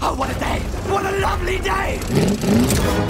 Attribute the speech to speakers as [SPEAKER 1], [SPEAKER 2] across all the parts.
[SPEAKER 1] Oh, what a day! What a lovely day!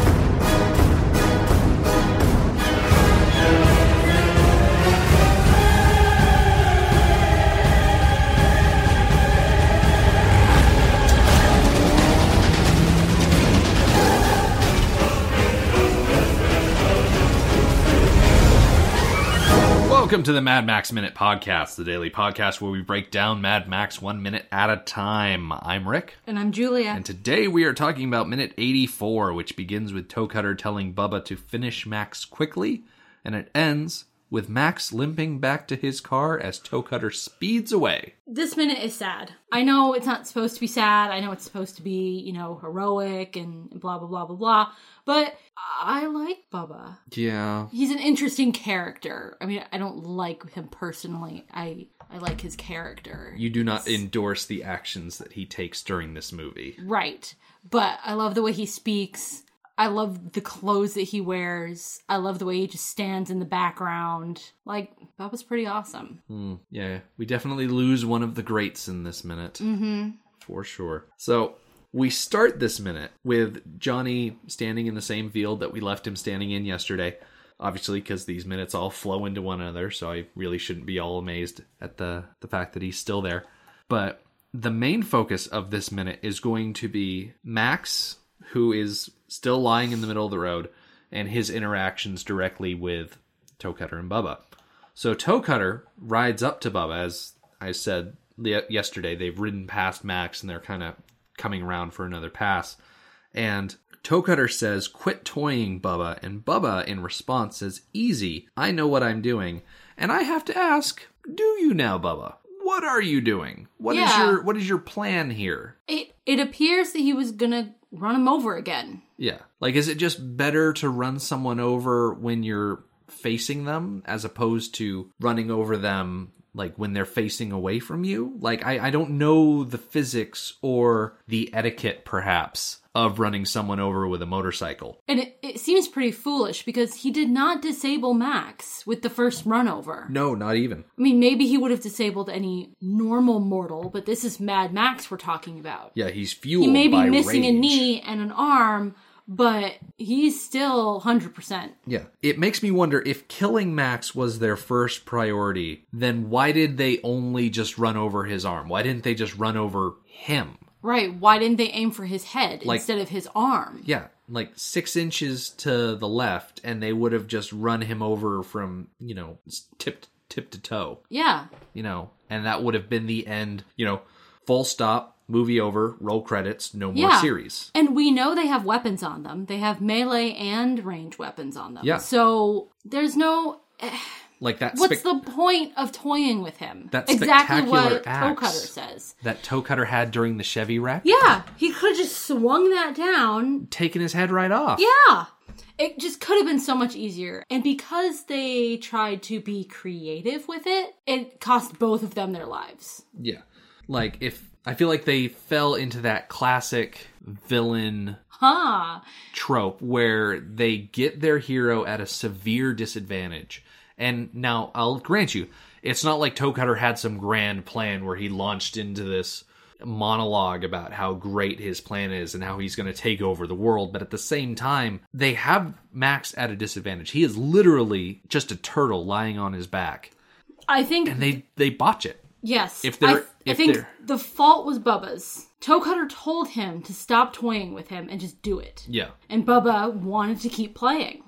[SPEAKER 2] Welcome to the Mad Max Minute Podcast, the daily podcast where we break down Mad Max one minute at a time. I'm Rick,
[SPEAKER 3] And I'm Julia.
[SPEAKER 2] and today we are talking about minute 84, which begins with Toe Cutter telling Bubba to finish Max quickly, and it ends with Max limping back to his car as Toe Cutter speeds away.
[SPEAKER 3] this minute is sad. I know it's not supposed to be sad. I know it's supposed to be, you know, heroic and blah, blah, blah, blah, blah. But I like Bubba.
[SPEAKER 2] Yeah.
[SPEAKER 3] He's an interesting character. I mean, I don't like him personally. I I like his character.
[SPEAKER 2] You do not endorse the actions that he takes during this movie.
[SPEAKER 3] Right. But I love the way he speaks. I love the clothes that he wears. I love the way he just stands in the background. Like, that was pretty awesome.
[SPEAKER 2] Yeah, we definitely lose one of the greats in this minute. Mm-hmm. For sure. So we start this minute with Johnny standing in the same field that we left him standing in yesterday. Obviously, because these minutes all flow into one another, so I really shouldn't be all amazed at the, the fact that he's still there. But the main focus of this minute is going to be Max, who is still lying in the middle of the road, and his interactions directly with Toe Cutter and Bubba. So Toe Cutter rides up to Bubba, as I said le- yesterday. They've ridden past Max and they're kind of coming around for another pass. And Toe Cutter says, Quit toying, Bubba. And Bubba, in response, says, Easy, I know what I'm doing. And I have to ask, Do you now, Bubba? What are you doing? What is
[SPEAKER 3] Yeah.
[SPEAKER 2] your what is your plan here?
[SPEAKER 3] It, it appears that he was gonna run him over again.
[SPEAKER 2] Yeah. Like is it just better to run someone over when you're facing them as opposed to running over them like when they're facing away from you? Like I, I don't know the physics or the etiquette perhaps of running someone over with a motorcycle.
[SPEAKER 3] And it, it seems pretty foolish because he did not disable Max with the first run over.
[SPEAKER 2] No, not even.
[SPEAKER 3] I mean, maybe he would have disabled any normal mortal, but this is Mad Max we're talking about.
[SPEAKER 2] Yeah, he's fueled.
[SPEAKER 3] he may be
[SPEAKER 2] Oh, by
[SPEAKER 3] missing a
[SPEAKER 2] rage.
[SPEAKER 3] knee and an arm, but he's still 100%.
[SPEAKER 2] Yeah. It makes me wonder if killing Max was their first priority, then why did they only just run over his arm? Why didn't they just run over him?
[SPEAKER 3] Right. Why didn't they aim for his head
[SPEAKER 2] Like-
[SPEAKER 3] instead of his arm?
[SPEAKER 2] yeah like six inches to the left and they would have just run him over from you know s- tip tip to toe
[SPEAKER 3] Yeah.
[SPEAKER 2] you know and that would have been the end you know full stop movie over roll credits no more
[SPEAKER 3] Yeah.
[SPEAKER 2] series
[SPEAKER 3] And we know they have weapons on them. They have melee and range weapons on them.
[SPEAKER 2] Yeah.
[SPEAKER 3] So there's no.
[SPEAKER 2] like that
[SPEAKER 3] What's
[SPEAKER 2] spec-
[SPEAKER 3] the point of toying with him?
[SPEAKER 2] That
[SPEAKER 3] exactly
[SPEAKER 2] spectacular
[SPEAKER 3] what Toe
[SPEAKER 2] axe.
[SPEAKER 3] Cutter says.
[SPEAKER 2] that toe cutter had during the chevy wreck
[SPEAKER 3] Yeah, he could have just swung that down
[SPEAKER 2] taking his head right off
[SPEAKER 3] Yeah. It just could have been so much easier. And because they tried to be creative with it, it cost both of them their lives.
[SPEAKER 2] yeah like if i feel like they fell into that classic villain
[SPEAKER 3] Huh.
[SPEAKER 2] trope where they get their hero at a severe disadvantage. And now I'll grant you, it's not like Toe Cutter had some grand plan where he launched into this monologue about how great his plan is and how he's going to take over the world. But at the same time, they have Max at a disadvantage. He is literally just a turtle lying on his back.
[SPEAKER 3] I think
[SPEAKER 2] And they, they botch it.
[SPEAKER 3] yes.
[SPEAKER 2] if
[SPEAKER 3] I,
[SPEAKER 2] they're-
[SPEAKER 3] I
[SPEAKER 2] if
[SPEAKER 3] think
[SPEAKER 2] they're-
[SPEAKER 3] the fault was Bubba's. Toe Cutter told him to stop toying with him and just do it.
[SPEAKER 2] Yeah.
[SPEAKER 3] And Bubba wanted to keep playing.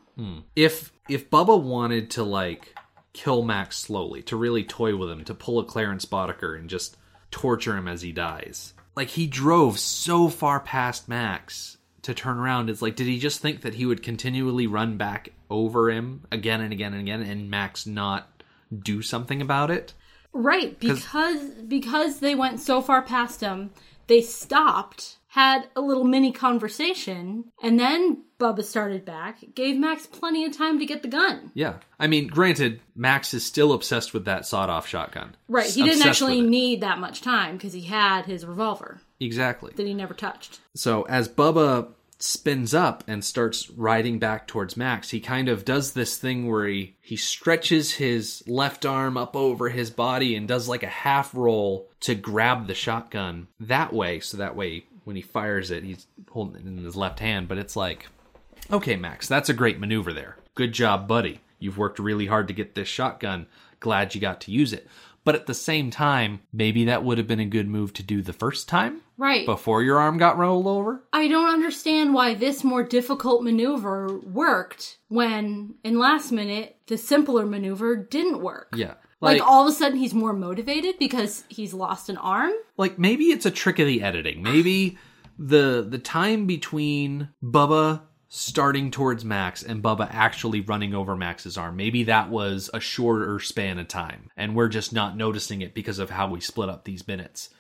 [SPEAKER 2] if if Bubba wanted to like kill Max slowly, to really toy with him, to pull a Clarence Boddicker and just torture him as he dies, like he drove so far past Max to turn around. It's like, did he just think that he would continually run back over him again and again and again, and Max not do something about it?
[SPEAKER 3] Right, because because they went so far past him, they stopped, had a little mini conversation, and then Bubba started back, gave Max plenty of time to get the gun.
[SPEAKER 2] Yeah, I mean, granted, Max is still obsessed with that sawed-off shotgun.
[SPEAKER 3] Right, he didn't
[SPEAKER 2] Obsessed
[SPEAKER 3] actually
[SPEAKER 2] with it.
[SPEAKER 3] need that much time because he had his revolver
[SPEAKER 2] exactly.
[SPEAKER 3] that he never touched.
[SPEAKER 2] So as Bubba spins up and starts riding back towards Max, he kind of does this thing where he, he stretches his left arm up over his body and does like a half roll to grab the shotgun that way, so that way when he fires it, he's holding it in his left hand, but it's like, okay, Max, that's a great maneuver there. Good job, buddy. You've worked really hard to get this shotgun. Glad you got to use it. But at the same time, maybe that would have been a good move to do the first time
[SPEAKER 3] Right.
[SPEAKER 2] before your arm got rolled over.
[SPEAKER 3] I don't understand why this more difficult maneuver worked when, in last minute, the simpler maneuver didn't work.
[SPEAKER 2] Yeah.
[SPEAKER 3] Like, all of a sudden, he's more motivated because he's lost an arm.
[SPEAKER 2] like maybe it's a trick of the editing. Maybe the the time between Bubba starting towards Max and Bubba actually running over Max's arm, maybe that was a shorter span of time, and we're just not noticing it because of how we split up these minutes.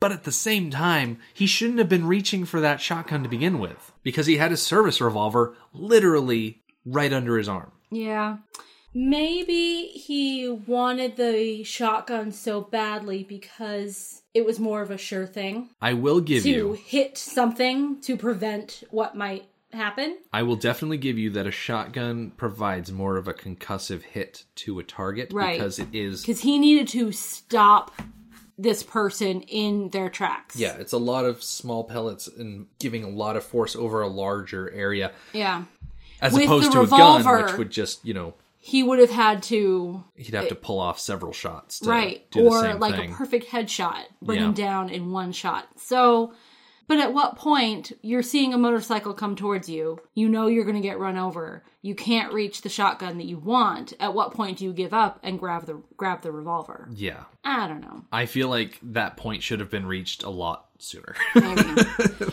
[SPEAKER 2] But at the same time, he shouldn't have been reaching for that shotgun to begin with because he had his service revolver literally right under his arm.
[SPEAKER 3] Yeah. Maybe he wanted the shotgun so badly because it was more of a sure thing
[SPEAKER 2] I will give
[SPEAKER 3] to
[SPEAKER 2] you
[SPEAKER 3] hit something to prevent what might happen.
[SPEAKER 2] I will definitely give you that a shotgun provides more of a concussive hit to a target
[SPEAKER 3] Right.
[SPEAKER 2] because it is
[SPEAKER 3] Because he needed to stop this person in their tracks.
[SPEAKER 2] yeah, it's a lot of small pellets and giving a lot of force over a larger area
[SPEAKER 3] Yeah.
[SPEAKER 2] as
[SPEAKER 3] With
[SPEAKER 2] opposed
[SPEAKER 3] the
[SPEAKER 2] to a gun
[SPEAKER 3] revolver-
[SPEAKER 2] which would just, you know,
[SPEAKER 3] He would have had to
[SPEAKER 2] he'd have to pull off several shots to
[SPEAKER 3] right
[SPEAKER 2] do the
[SPEAKER 3] or
[SPEAKER 2] same
[SPEAKER 3] like
[SPEAKER 2] thing.
[SPEAKER 3] a perfect headshot bring
[SPEAKER 2] Yeah.
[SPEAKER 3] him down in one shot so but at what point you're seeing a motorcycle come towards you you know you're going to get run over you can't reach the shotgun that you want at what point do you give up and grab the grab the revolver
[SPEAKER 2] yeah.
[SPEAKER 3] i don't know
[SPEAKER 2] I feel like that point should have been reached a lot sooner.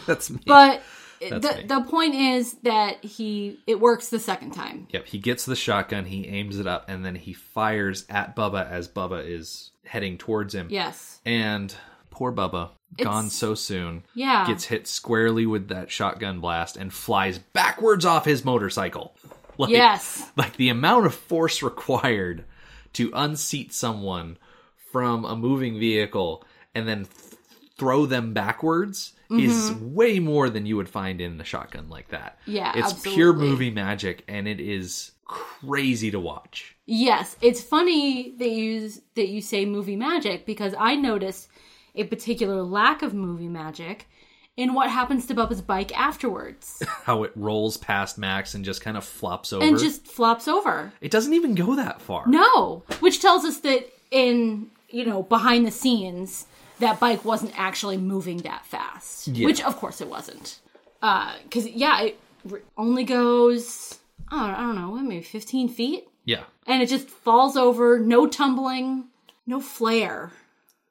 [SPEAKER 2] That's me.
[SPEAKER 3] but
[SPEAKER 2] me.
[SPEAKER 3] the, the point is that he it works the second time
[SPEAKER 2] Yep, he gets the shotgun, he aims it up, and then he fires at Bubba as Bubba is heading towards him.
[SPEAKER 3] yes
[SPEAKER 2] And poor Bubba, gone so soon,
[SPEAKER 3] Yeah.
[SPEAKER 2] gets hit squarely with that shotgun blast and flies backwards off his motorcycle. Like,
[SPEAKER 3] Yes.
[SPEAKER 2] Like the amount of force required to unseat someone from a moving vehicle and then th- throw them backwards
[SPEAKER 3] Mm-hmm.
[SPEAKER 2] is way more than you would find in a shotgun like that.
[SPEAKER 3] Yeah,
[SPEAKER 2] It's pure
[SPEAKER 3] absolutely.
[SPEAKER 2] movie magic and it is crazy to watch.
[SPEAKER 3] Yes, it's funny that you that you say movie magic because I noticed a particular lack of movie magic in what happens to Bubba's bike afterwards
[SPEAKER 2] How it rolls past Max and just kind of flops over.
[SPEAKER 3] and just flops over.
[SPEAKER 2] It doesn't even go that far.
[SPEAKER 3] No, which tells us that in you know behind the scenes that bike wasn't actually moving that fast, which of course it wasn't. Because yeah, it r- only goes I don't, I don't know what, maybe fifteen feet,
[SPEAKER 2] Yeah.
[SPEAKER 3] and it just falls over. No tumbling, no flare.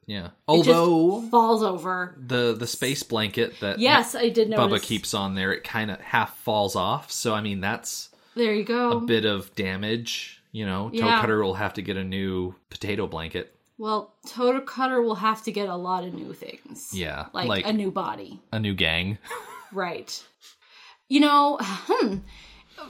[SPEAKER 2] Yeah.
[SPEAKER 3] just
[SPEAKER 2] Although
[SPEAKER 3] falls over.
[SPEAKER 2] the the space blanket that
[SPEAKER 3] Yes, I did
[SPEAKER 2] Bubba
[SPEAKER 3] notice.
[SPEAKER 2] keeps on there, it kind of half falls off. So I mean, that's
[SPEAKER 3] There you go.
[SPEAKER 2] a bit of damage. You know, Toe
[SPEAKER 3] Yeah.
[SPEAKER 2] Cutter will have to get a new potato blanket.
[SPEAKER 3] Well, Total Cutter will have to get a lot of new things.
[SPEAKER 2] Yeah,
[SPEAKER 3] like,
[SPEAKER 2] like-
[SPEAKER 3] a new body,
[SPEAKER 2] A new gang.
[SPEAKER 3] right? You know, hmm,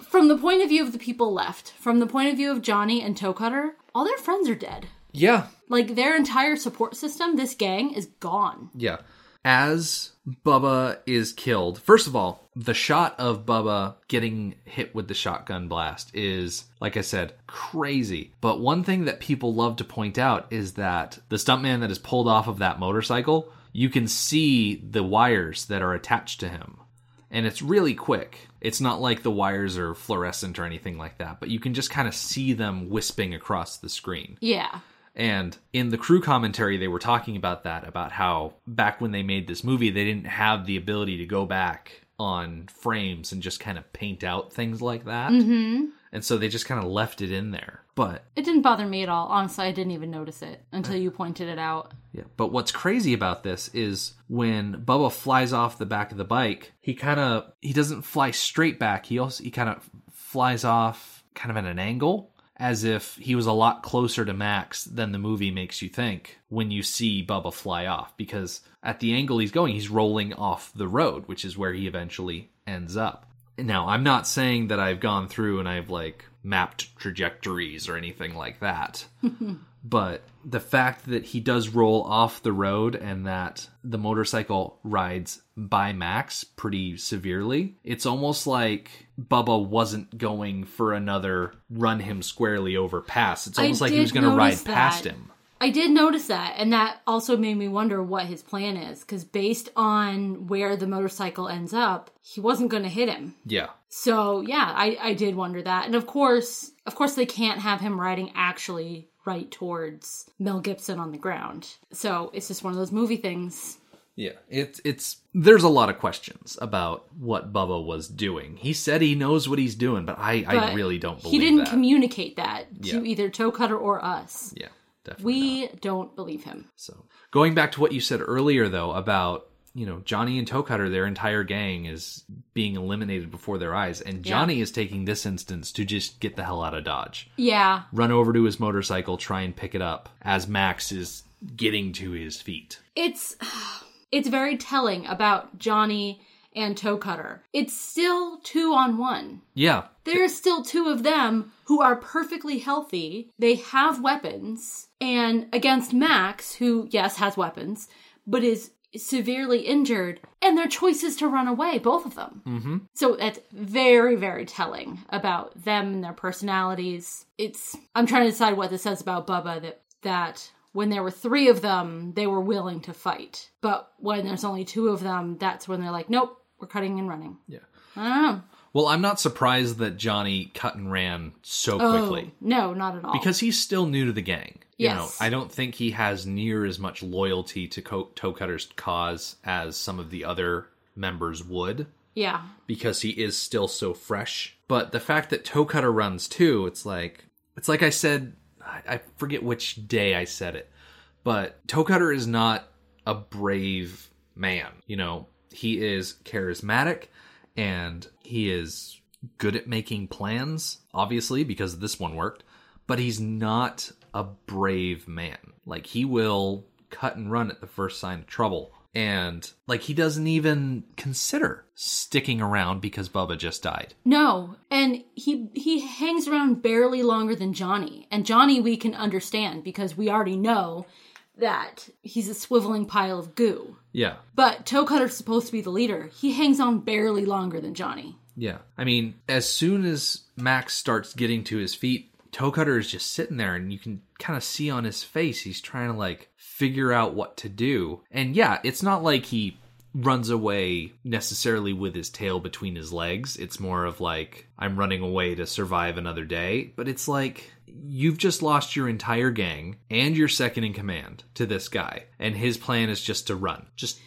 [SPEAKER 3] from the point of view of the people left, from the point of view of Johnny and Toe Cutter, all their friends are dead.
[SPEAKER 2] Yeah.
[SPEAKER 3] Like their entire support system, this gang is gone.
[SPEAKER 2] Yeah. As Bubba is killed, first of all, the shot of Bubba getting hit with the shotgun blast is, like I said, crazy. But one thing that people love to point out is that the stuntman that is pulled off of that motorcycle, you can see the wires that are attached to him. And it's really quick. It's not like the wires are fluorescent or anything like that, but you can just kind of see them wisping across the screen.
[SPEAKER 3] Yeah,
[SPEAKER 2] And in the crew commentary, they were talking about that, about how back when they made this movie, they didn't have the ability to go back on frames and just kind of paint out things like that. Mm-hmm. And so they just kind of left it in there. But
[SPEAKER 3] it didn't bother me at all. Honestly, I didn't even notice it until you pointed it out.
[SPEAKER 2] yeah, but what's crazy about this is when Bubba flies off the back of the bike, he kind of he doesn't fly straight back. He also he kind of flies off kind of at an angle as if he was a lot closer to Max than the movie makes you think when you see Bubba fly off because at the angle he's going, he's rolling off the road, which is where he eventually ends up. Now, I'm not saying that I've gone through and I've like mapped trajectories or anything like that but the fact that he does roll off the road and that the motorcycle rides by Max pretty severely, it's almost like Bubba wasn't going for another run him squarely over pass. It's almost like he
[SPEAKER 3] did
[SPEAKER 2] was going to ride
[SPEAKER 3] notice
[SPEAKER 2] past
[SPEAKER 3] that.
[SPEAKER 2] him.
[SPEAKER 3] I did notice that, and that also made me wonder what his plan is, because based on where the motorcycle ends up, he wasn't going to hit him.
[SPEAKER 2] Yeah.
[SPEAKER 3] So yeah, I, I did wonder that, and of course, of course, they can't have him riding actually right towards Mel Gibson on the ground. So it's just one of those movie things.
[SPEAKER 2] Yeah. It's it's there's a lot of questions about what Bubba was doing. He said he knows what he's doing, but I I
[SPEAKER 3] but
[SPEAKER 2] really don't believe
[SPEAKER 3] He didn't
[SPEAKER 2] that.
[SPEAKER 3] communicate that to
[SPEAKER 2] Yeah.
[SPEAKER 3] either Toe Cutter or us.
[SPEAKER 2] yeah. Definitely. not.
[SPEAKER 3] We don't believe him.
[SPEAKER 2] So going back to what you said earlier, though, about you know Johnny and Toe Cutter, their entire gang is being eliminated before their eyes, and Johnny is taking this instance to just get the hell out of Dodge,
[SPEAKER 3] Yeah,
[SPEAKER 2] run over to his motorcycle, try and pick it up as Max is getting to his feet.
[SPEAKER 3] it's it's very telling about Johnny and Toe Cutter. It's still two on one.
[SPEAKER 2] Yeah,
[SPEAKER 3] There are still two of them who are perfectly healthy. They have weapons, and against Max, who yes has weapons, but is severely injured, and their choice is to run away, both of them. Mm-hmm. So that's very, very telling about them and their personalities. It's I'm trying to decide what this says about Bubba that that when there were three of them, they were willing to fight, but when there's only two of them, that's when they're like, nope, we're cutting and running.
[SPEAKER 2] yeah.
[SPEAKER 3] I don't know.
[SPEAKER 2] Well, I'm not surprised that Johnny cut and ran so
[SPEAKER 3] Oh.
[SPEAKER 2] quickly.
[SPEAKER 3] No, not at all.
[SPEAKER 2] Because he's still new to the gang. You
[SPEAKER 3] Yes.
[SPEAKER 2] know, I don't think he has near as much loyalty to Co- Toe Cutter's cause as some of the other members would.
[SPEAKER 3] yeah,
[SPEAKER 2] because he is still so fresh. But the fact that Toe Cutter runs too, it's like it's like I said, I, I forget which day I said it, but Toe Cutter is not a brave man. You know, he is charismatic and he is good at making plans, obviously because this one worked. But he's not a brave man. Like he will cut and run at the first sign of trouble. And like he doesn't even consider sticking around because Bubba just died.
[SPEAKER 3] no, and he he hangs around barely longer than Johnny, and Johnny we can understand because we already know that he's a swiveling pile of goo.
[SPEAKER 2] Yeah.
[SPEAKER 3] But Toe Cutter's supposed to be the leader. He hangs on barely longer than Johnny.
[SPEAKER 2] Yeah. I mean, as soon as Max starts getting to his feet, Toe Cutter is just sitting there and you can kind of see on his face he's trying to like figure out what to do. And yeah, it's not like he runs away necessarily with his tail between his legs. It's more of like I'm running away to survive another day, but it's like you've just lost your entire gang and your second in command to this guy and his plan is just to run. Just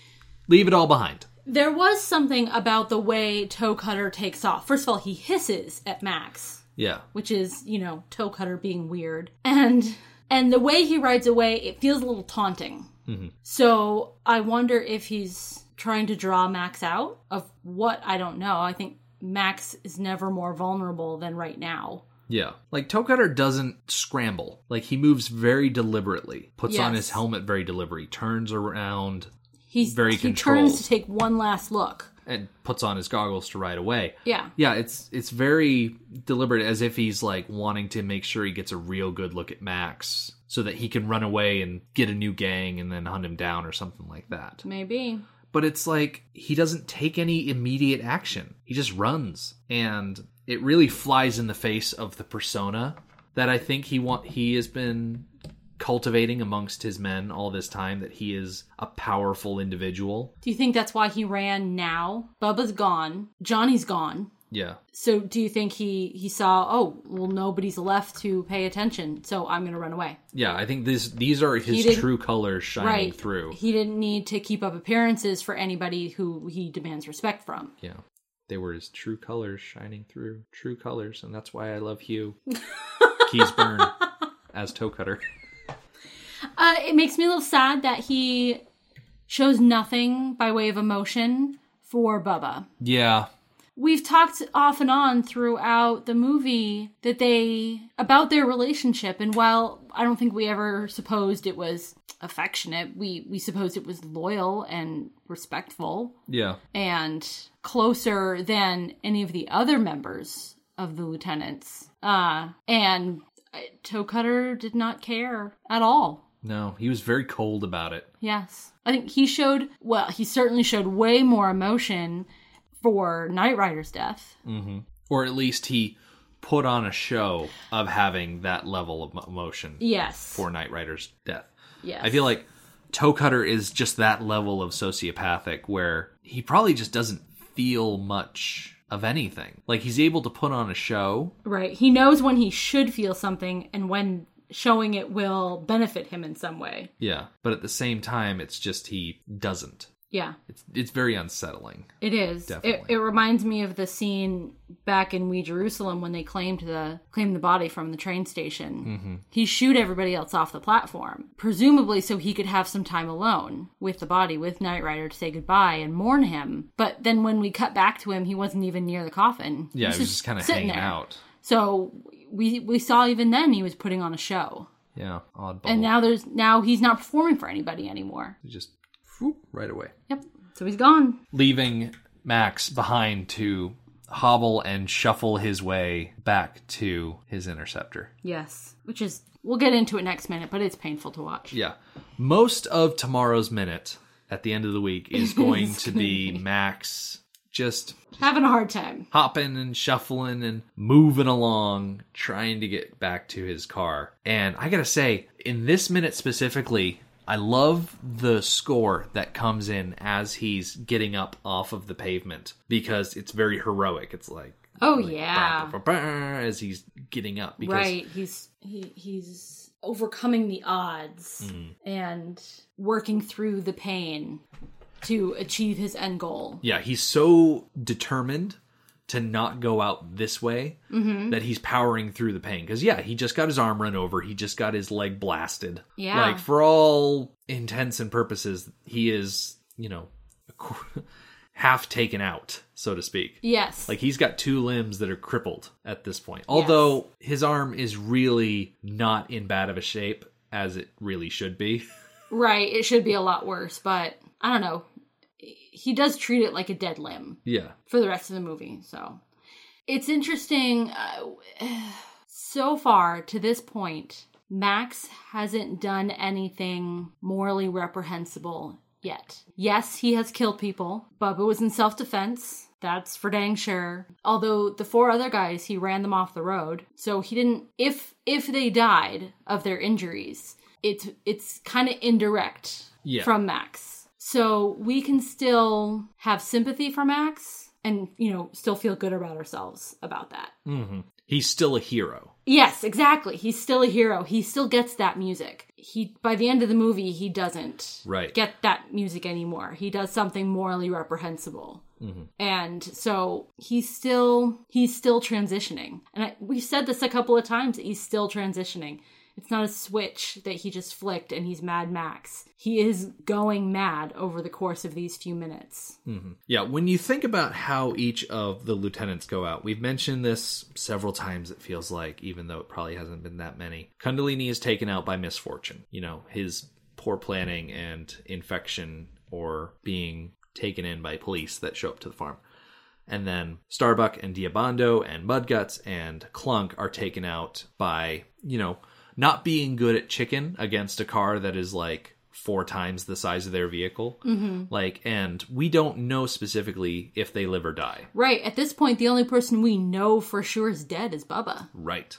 [SPEAKER 2] leave it all behind.
[SPEAKER 3] There was something about the way Toe Cutter takes off. First of all, he hisses at Max.
[SPEAKER 2] Yeah.
[SPEAKER 3] which is you know toe cutter being weird and and the way he rides away it feels a little taunting
[SPEAKER 2] Mm-hmm.
[SPEAKER 3] so i wonder if he's trying to draw max out of what i don't know i think max is never more vulnerable than right now
[SPEAKER 2] Yeah. Like Toe Cutter doesn't scramble. Like he moves very deliberately, puts on
[SPEAKER 3] Yes.
[SPEAKER 2] his helmet very deliberately, turns around
[SPEAKER 3] he's
[SPEAKER 2] Very
[SPEAKER 3] he
[SPEAKER 2] controlled.
[SPEAKER 3] turns to take one last look
[SPEAKER 2] and puts on his goggles to ride away.
[SPEAKER 3] yeah
[SPEAKER 2] Yeah, it's it's very deliberate as if he's like wanting to make sure he gets a real good look at Max so that he can run away and get a new gang and then hunt him down or something like that.
[SPEAKER 3] maybe
[SPEAKER 2] But it's like he doesn't take any immediate action. He just runs and it really flies in the face of the persona that I think he want he has been cultivating amongst his men all this time that he is a powerful individual.
[SPEAKER 3] do you think that's why he ran now bubba's gone johnny's gone
[SPEAKER 2] Yeah.
[SPEAKER 3] so do you think he he saw oh well nobody's left to pay attention so i'm gonna run away
[SPEAKER 2] Yeah, I think this these are his
[SPEAKER 3] didn't-
[SPEAKER 2] true colors shining
[SPEAKER 3] right
[SPEAKER 2] through.
[SPEAKER 3] He didn't need to keep up appearances for anybody who he demands respect from.
[SPEAKER 2] Yeah. They were his true colors shining through. True colors, and that's why I love Hugh. Keys burn as toe cutter.
[SPEAKER 3] Uh, it makes me a little sad that he shows nothing by way of emotion for Bubba.
[SPEAKER 2] Yeah.
[SPEAKER 3] We've talked off and on throughout the movie that they about their relationship, and while I don't think we ever supposed it was affectionate, we we supposed it was loyal and respectful.
[SPEAKER 2] Yeah.
[SPEAKER 3] and closer than any of the other members of the lieutenants. Uh, and uh, Toe Cutter did not care at all.
[SPEAKER 2] No, he was very cold about it.
[SPEAKER 3] Yes. I think he showed, well, he certainly showed way more emotion for Knight Rider's death.
[SPEAKER 2] or at least he put on a show of having that level of emotion
[SPEAKER 3] Yes.
[SPEAKER 2] for Knight Rider's death.
[SPEAKER 3] yes.
[SPEAKER 2] I feel like Toe Cutter is just that level of sociopathic where he probably just doesn't feel much of anything. Like he's able to put on a show.
[SPEAKER 3] Right. He knows when he should feel something and when showing it will benefit him in some way.
[SPEAKER 2] Yeah. But at the same time it's just he doesn't.
[SPEAKER 3] Yeah,
[SPEAKER 2] It's it's very unsettling.
[SPEAKER 3] it is. It,
[SPEAKER 2] Definitely.
[SPEAKER 3] it reminds me of the scene back in We Jerusalem when they claimed the claimed the body from the train station. Mm-hmm. He shooed everybody else off the platform, presumably so he could have some time alone with the body, with Knight Rider to say goodbye and mourn him. But then when we cut back to him, he wasn't even near the coffin.
[SPEAKER 2] Yeah, he was just kind of
[SPEAKER 3] sitting
[SPEAKER 2] hanging
[SPEAKER 3] there.
[SPEAKER 2] out.
[SPEAKER 3] So we we saw even then he was putting on a show.
[SPEAKER 2] Yeah. Oddball.
[SPEAKER 3] And now there's now he's not performing for anybody anymore.
[SPEAKER 2] just whoop, right away.
[SPEAKER 3] Yep. So he's gone.
[SPEAKER 2] Leaving Max behind to hobble and shuffle his way back to his interceptor.
[SPEAKER 3] Yes. Which is we'll get into it next minute, but it's painful to watch.
[SPEAKER 2] Yeah. Most of tomorrow's minute at the end of the week is going to be Max just
[SPEAKER 3] Having a hard time.
[SPEAKER 2] hopping and shuffling and moving along, trying to get back to his car. And I gotta say, in this minute specifically, I love the score that comes in as he's getting up off of the pavement because it's very heroic. It's like,
[SPEAKER 3] Oh
[SPEAKER 2] like,
[SPEAKER 3] yeah.
[SPEAKER 2] bah, bah, bah, bah, as he's getting up. Because
[SPEAKER 3] Right. He's he he's overcoming the odds
[SPEAKER 2] Mm-hmm.
[SPEAKER 3] and working through the pain to achieve his end goal.
[SPEAKER 2] Yeah, he's so determined to not go out this way
[SPEAKER 3] Mm-hmm.
[SPEAKER 2] that he's powering through the pain. Because yeah, he just got his arm run over. He just got his leg blasted.
[SPEAKER 3] Yeah.
[SPEAKER 2] like for all intents and purposes, he is you know half taken out, so to speak.
[SPEAKER 3] Yes.
[SPEAKER 2] Like he's got two limbs that are crippled at this point. Although his arm is really not in bad of a shape as it really should be.
[SPEAKER 3] right. It should be a lot worse, but I don't know. He does treat it like a dead limb.
[SPEAKER 2] yeah.
[SPEAKER 3] for the rest of the movie. So it's interesting. Uh, so far to this point, Max hasn't done anything morally reprehensible yet. Yes, he has killed people, but it was in self defense. That's for dang sure. Although the four other guys, he ran them off the road. So he didn't if if they died of their injuries, it's it's kind of indirect
[SPEAKER 2] Yeah.
[SPEAKER 3] from Max. So we can still have sympathy for Max and, you know, still feel good about ourselves about that.
[SPEAKER 2] He's still a hero.
[SPEAKER 3] Yes, exactly. He's still a hero. He still gets that music. He by the end of the movie, he doesn't
[SPEAKER 2] Right.
[SPEAKER 3] get that music anymore. He does something morally reprehensible. And so he's still he's still transitioning. And I, we've said this a couple of times that he's still transitioning. It's not a switch that he just flicked and he's Mad Max. He is going mad over the course of these few minutes.
[SPEAKER 2] Yeah, when you think about how each of the lieutenants go out, we've mentioned this several times, it feels like, even though it probably hasn't been that many. Kundalini is taken out by misfortune, you know, his poor planning and infection or being taken in by police that show up to the farm. And then Starbuck and Diabando and Mudguts and Clunk are taken out by, you know, not being good at chicken against a car that is like four times the size of their vehicle. Like, and we don't know specifically if they live or die.
[SPEAKER 3] Right, at this point the only person we know for sure is dead is Bubba.
[SPEAKER 2] Right.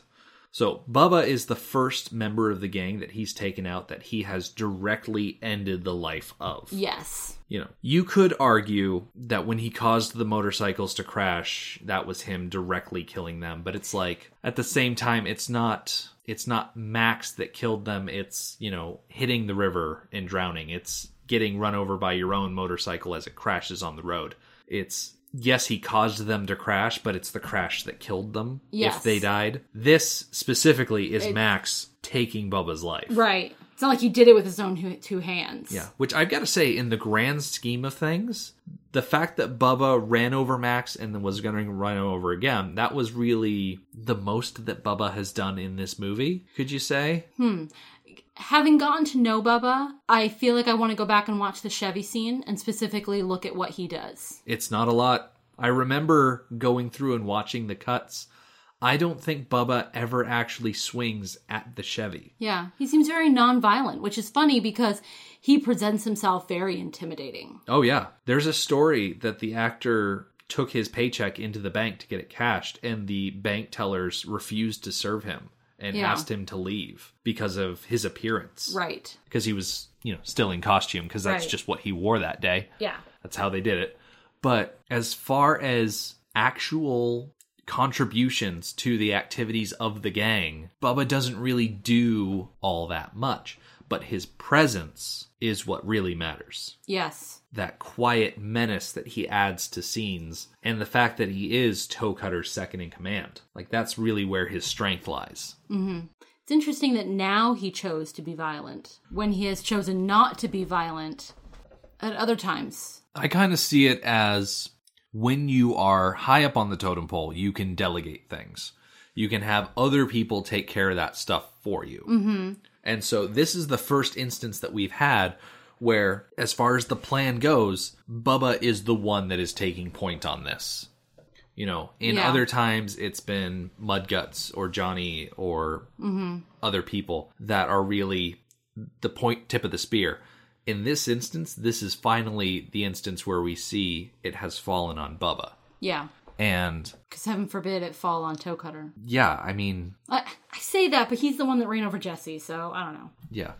[SPEAKER 2] So Bubba is the first member of the gang that he's taken out that he has directly ended the life of.
[SPEAKER 3] Yes.
[SPEAKER 2] you know you could argue that when he caused the motorcycles to crash that was him directly killing them but it's like at the same time it's not it's not max that killed them it's you know hitting the river and drowning it's getting run over by your own motorcycle as it crashes on the road it's yes he caused them to crash but it's the crash that killed them
[SPEAKER 3] Yes.
[SPEAKER 2] if they died this specifically is max taking bubba's life
[SPEAKER 3] Right. It's not like he did it with his own hu- two hands.
[SPEAKER 2] yeah, which I've got to say, in the grand scheme of things, the fact that Bubba ran over Max and then was going to run over again, that was really the most that Bubba has done in this movie, could you say?
[SPEAKER 3] Having gotten to know Bubba, I feel like I want to go back and watch the Chevy scene and specifically look at what he does.
[SPEAKER 2] It's not a lot. I remember going through and watching the cuts. I don't think Bubba ever actually swings at the Chevy.
[SPEAKER 3] Yeah. He seems very nonviolent, which is funny because he presents himself very intimidating.
[SPEAKER 2] Oh, yeah. There's a story that the actor took his paycheck into the bank to get it cashed, and the bank tellers refused to serve him and
[SPEAKER 3] Yeah.
[SPEAKER 2] asked him to leave because of his appearance.
[SPEAKER 3] Right.
[SPEAKER 2] Because he was, you know, still in costume because that's
[SPEAKER 3] Right.
[SPEAKER 2] just what he wore that day.
[SPEAKER 3] Yeah.
[SPEAKER 2] That's how they did it. But as far as actual contributions to the activities of the gang, Bubba doesn't really do all that much. But his presence is what really matters.
[SPEAKER 3] Yes.
[SPEAKER 2] That quiet menace that he adds to scenes, and the fact that he is Toe Cutter's second in command. Like, that's really where his strength lies.
[SPEAKER 3] It's interesting that now he chose to be violent when he has chosen not to be violent at other times.
[SPEAKER 2] I kind of see it as when you are high up on the totem pole, you can delegate things. You can have other people take care of that stuff for you. Mm-hmm. And so this is the first instance that we've had where, as far as the plan goes, Bubba is the one that is taking point on this. You know, in
[SPEAKER 3] Yeah.
[SPEAKER 2] other times it's been Mudguts or Johnny or other people that are really the point tip of the spear. In this instance, this is finally the instance where we see it has fallen on Bubba.
[SPEAKER 3] Yeah.
[SPEAKER 2] And
[SPEAKER 3] Because heaven forbid it fall on Toe Cutter.
[SPEAKER 2] yeah, I mean,
[SPEAKER 3] I, I say that, but he's the one that ran over Jesse, so I don't know.
[SPEAKER 2] yeah.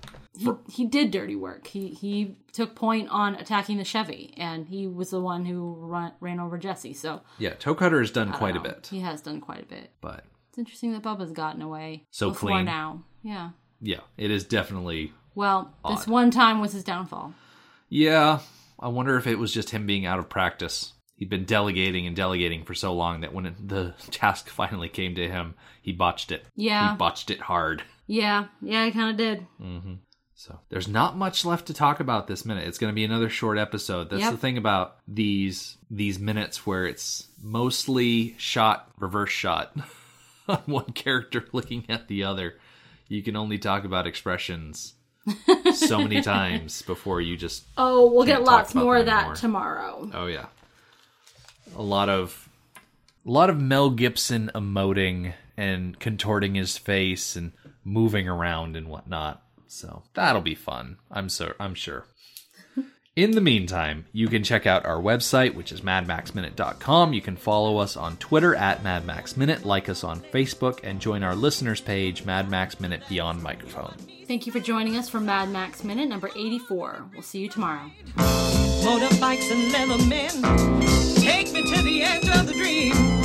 [SPEAKER 3] He did dirty work. He he took point on attacking the Chevy, and he was the one who run, ran over Jesse. So
[SPEAKER 2] Yeah, Toe Cutter has done quite a
[SPEAKER 3] um,
[SPEAKER 2] bit.
[SPEAKER 3] He has done quite a bit.
[SPEAKER 2] But
[SPEAKER 3] It's interesting that Bubba's gotten away
[SPEAKER 2] So
[SPEAKER 3] before
[SPEAKER 2] clean.
[SPEAKER 3] now. Yeah.
[SPEAKER 2] yeah, it is definitely.
[SPEAKER 3] Well, this one time was his downfall.
[SPEAKER 2] Yeah, I wonder if it was just him being out of practice. He'd been delegating and delegating for so long that when it, the task finally came to him, he botched it.
[SPEAKER 3] Yeah.
[SPEAKER 2] He botched it hard.
[SPEAKER 3] Yeah, yeah, he kind of did.
[SPEAKER 2] So there's not much left to talk about this minute. It's going to be another short episode. That's
[SPEAKER 3] Yep.
[SPEAKER 2] the thing about these these minutes where it's mostly shot reverse shot on one character looking at the other. You can only talk about expressions so many times before you just
[SPEAKER 3] Oh, we'll
[SPEAKER 2] Can't
[SPEAKER 3] get
[SPEAKER 2] talk
[SPEAKER 3] lots
[SPEAKER 2] about
[SPEAKER 3] more of
[SPEAKER 2] them
[SPEAKER 3] that
[SPEAKER 2] anymore.
[SPEAKER 3] tomorrow.
[SPEAKER 2] oh yeah. A lot of a lot of Mel Gibson emoting and contorting his face and moving around and whatnot. So that'll be fun. I'm so I'm sure. In the meantime, you can check out our website, which is madmaxminute.com. You can follow us on Twitter at madmaxminute, like us on Facebook, and join our listeners page, Mad Max Minute Beyond Microphone.
[SPEAKER 3] Thank you for joining us for Mad Max Minute number 84. We'll see you tomorrow.
[SPEAKER 1] Motorbikes and leather men take me to the edge of the dream.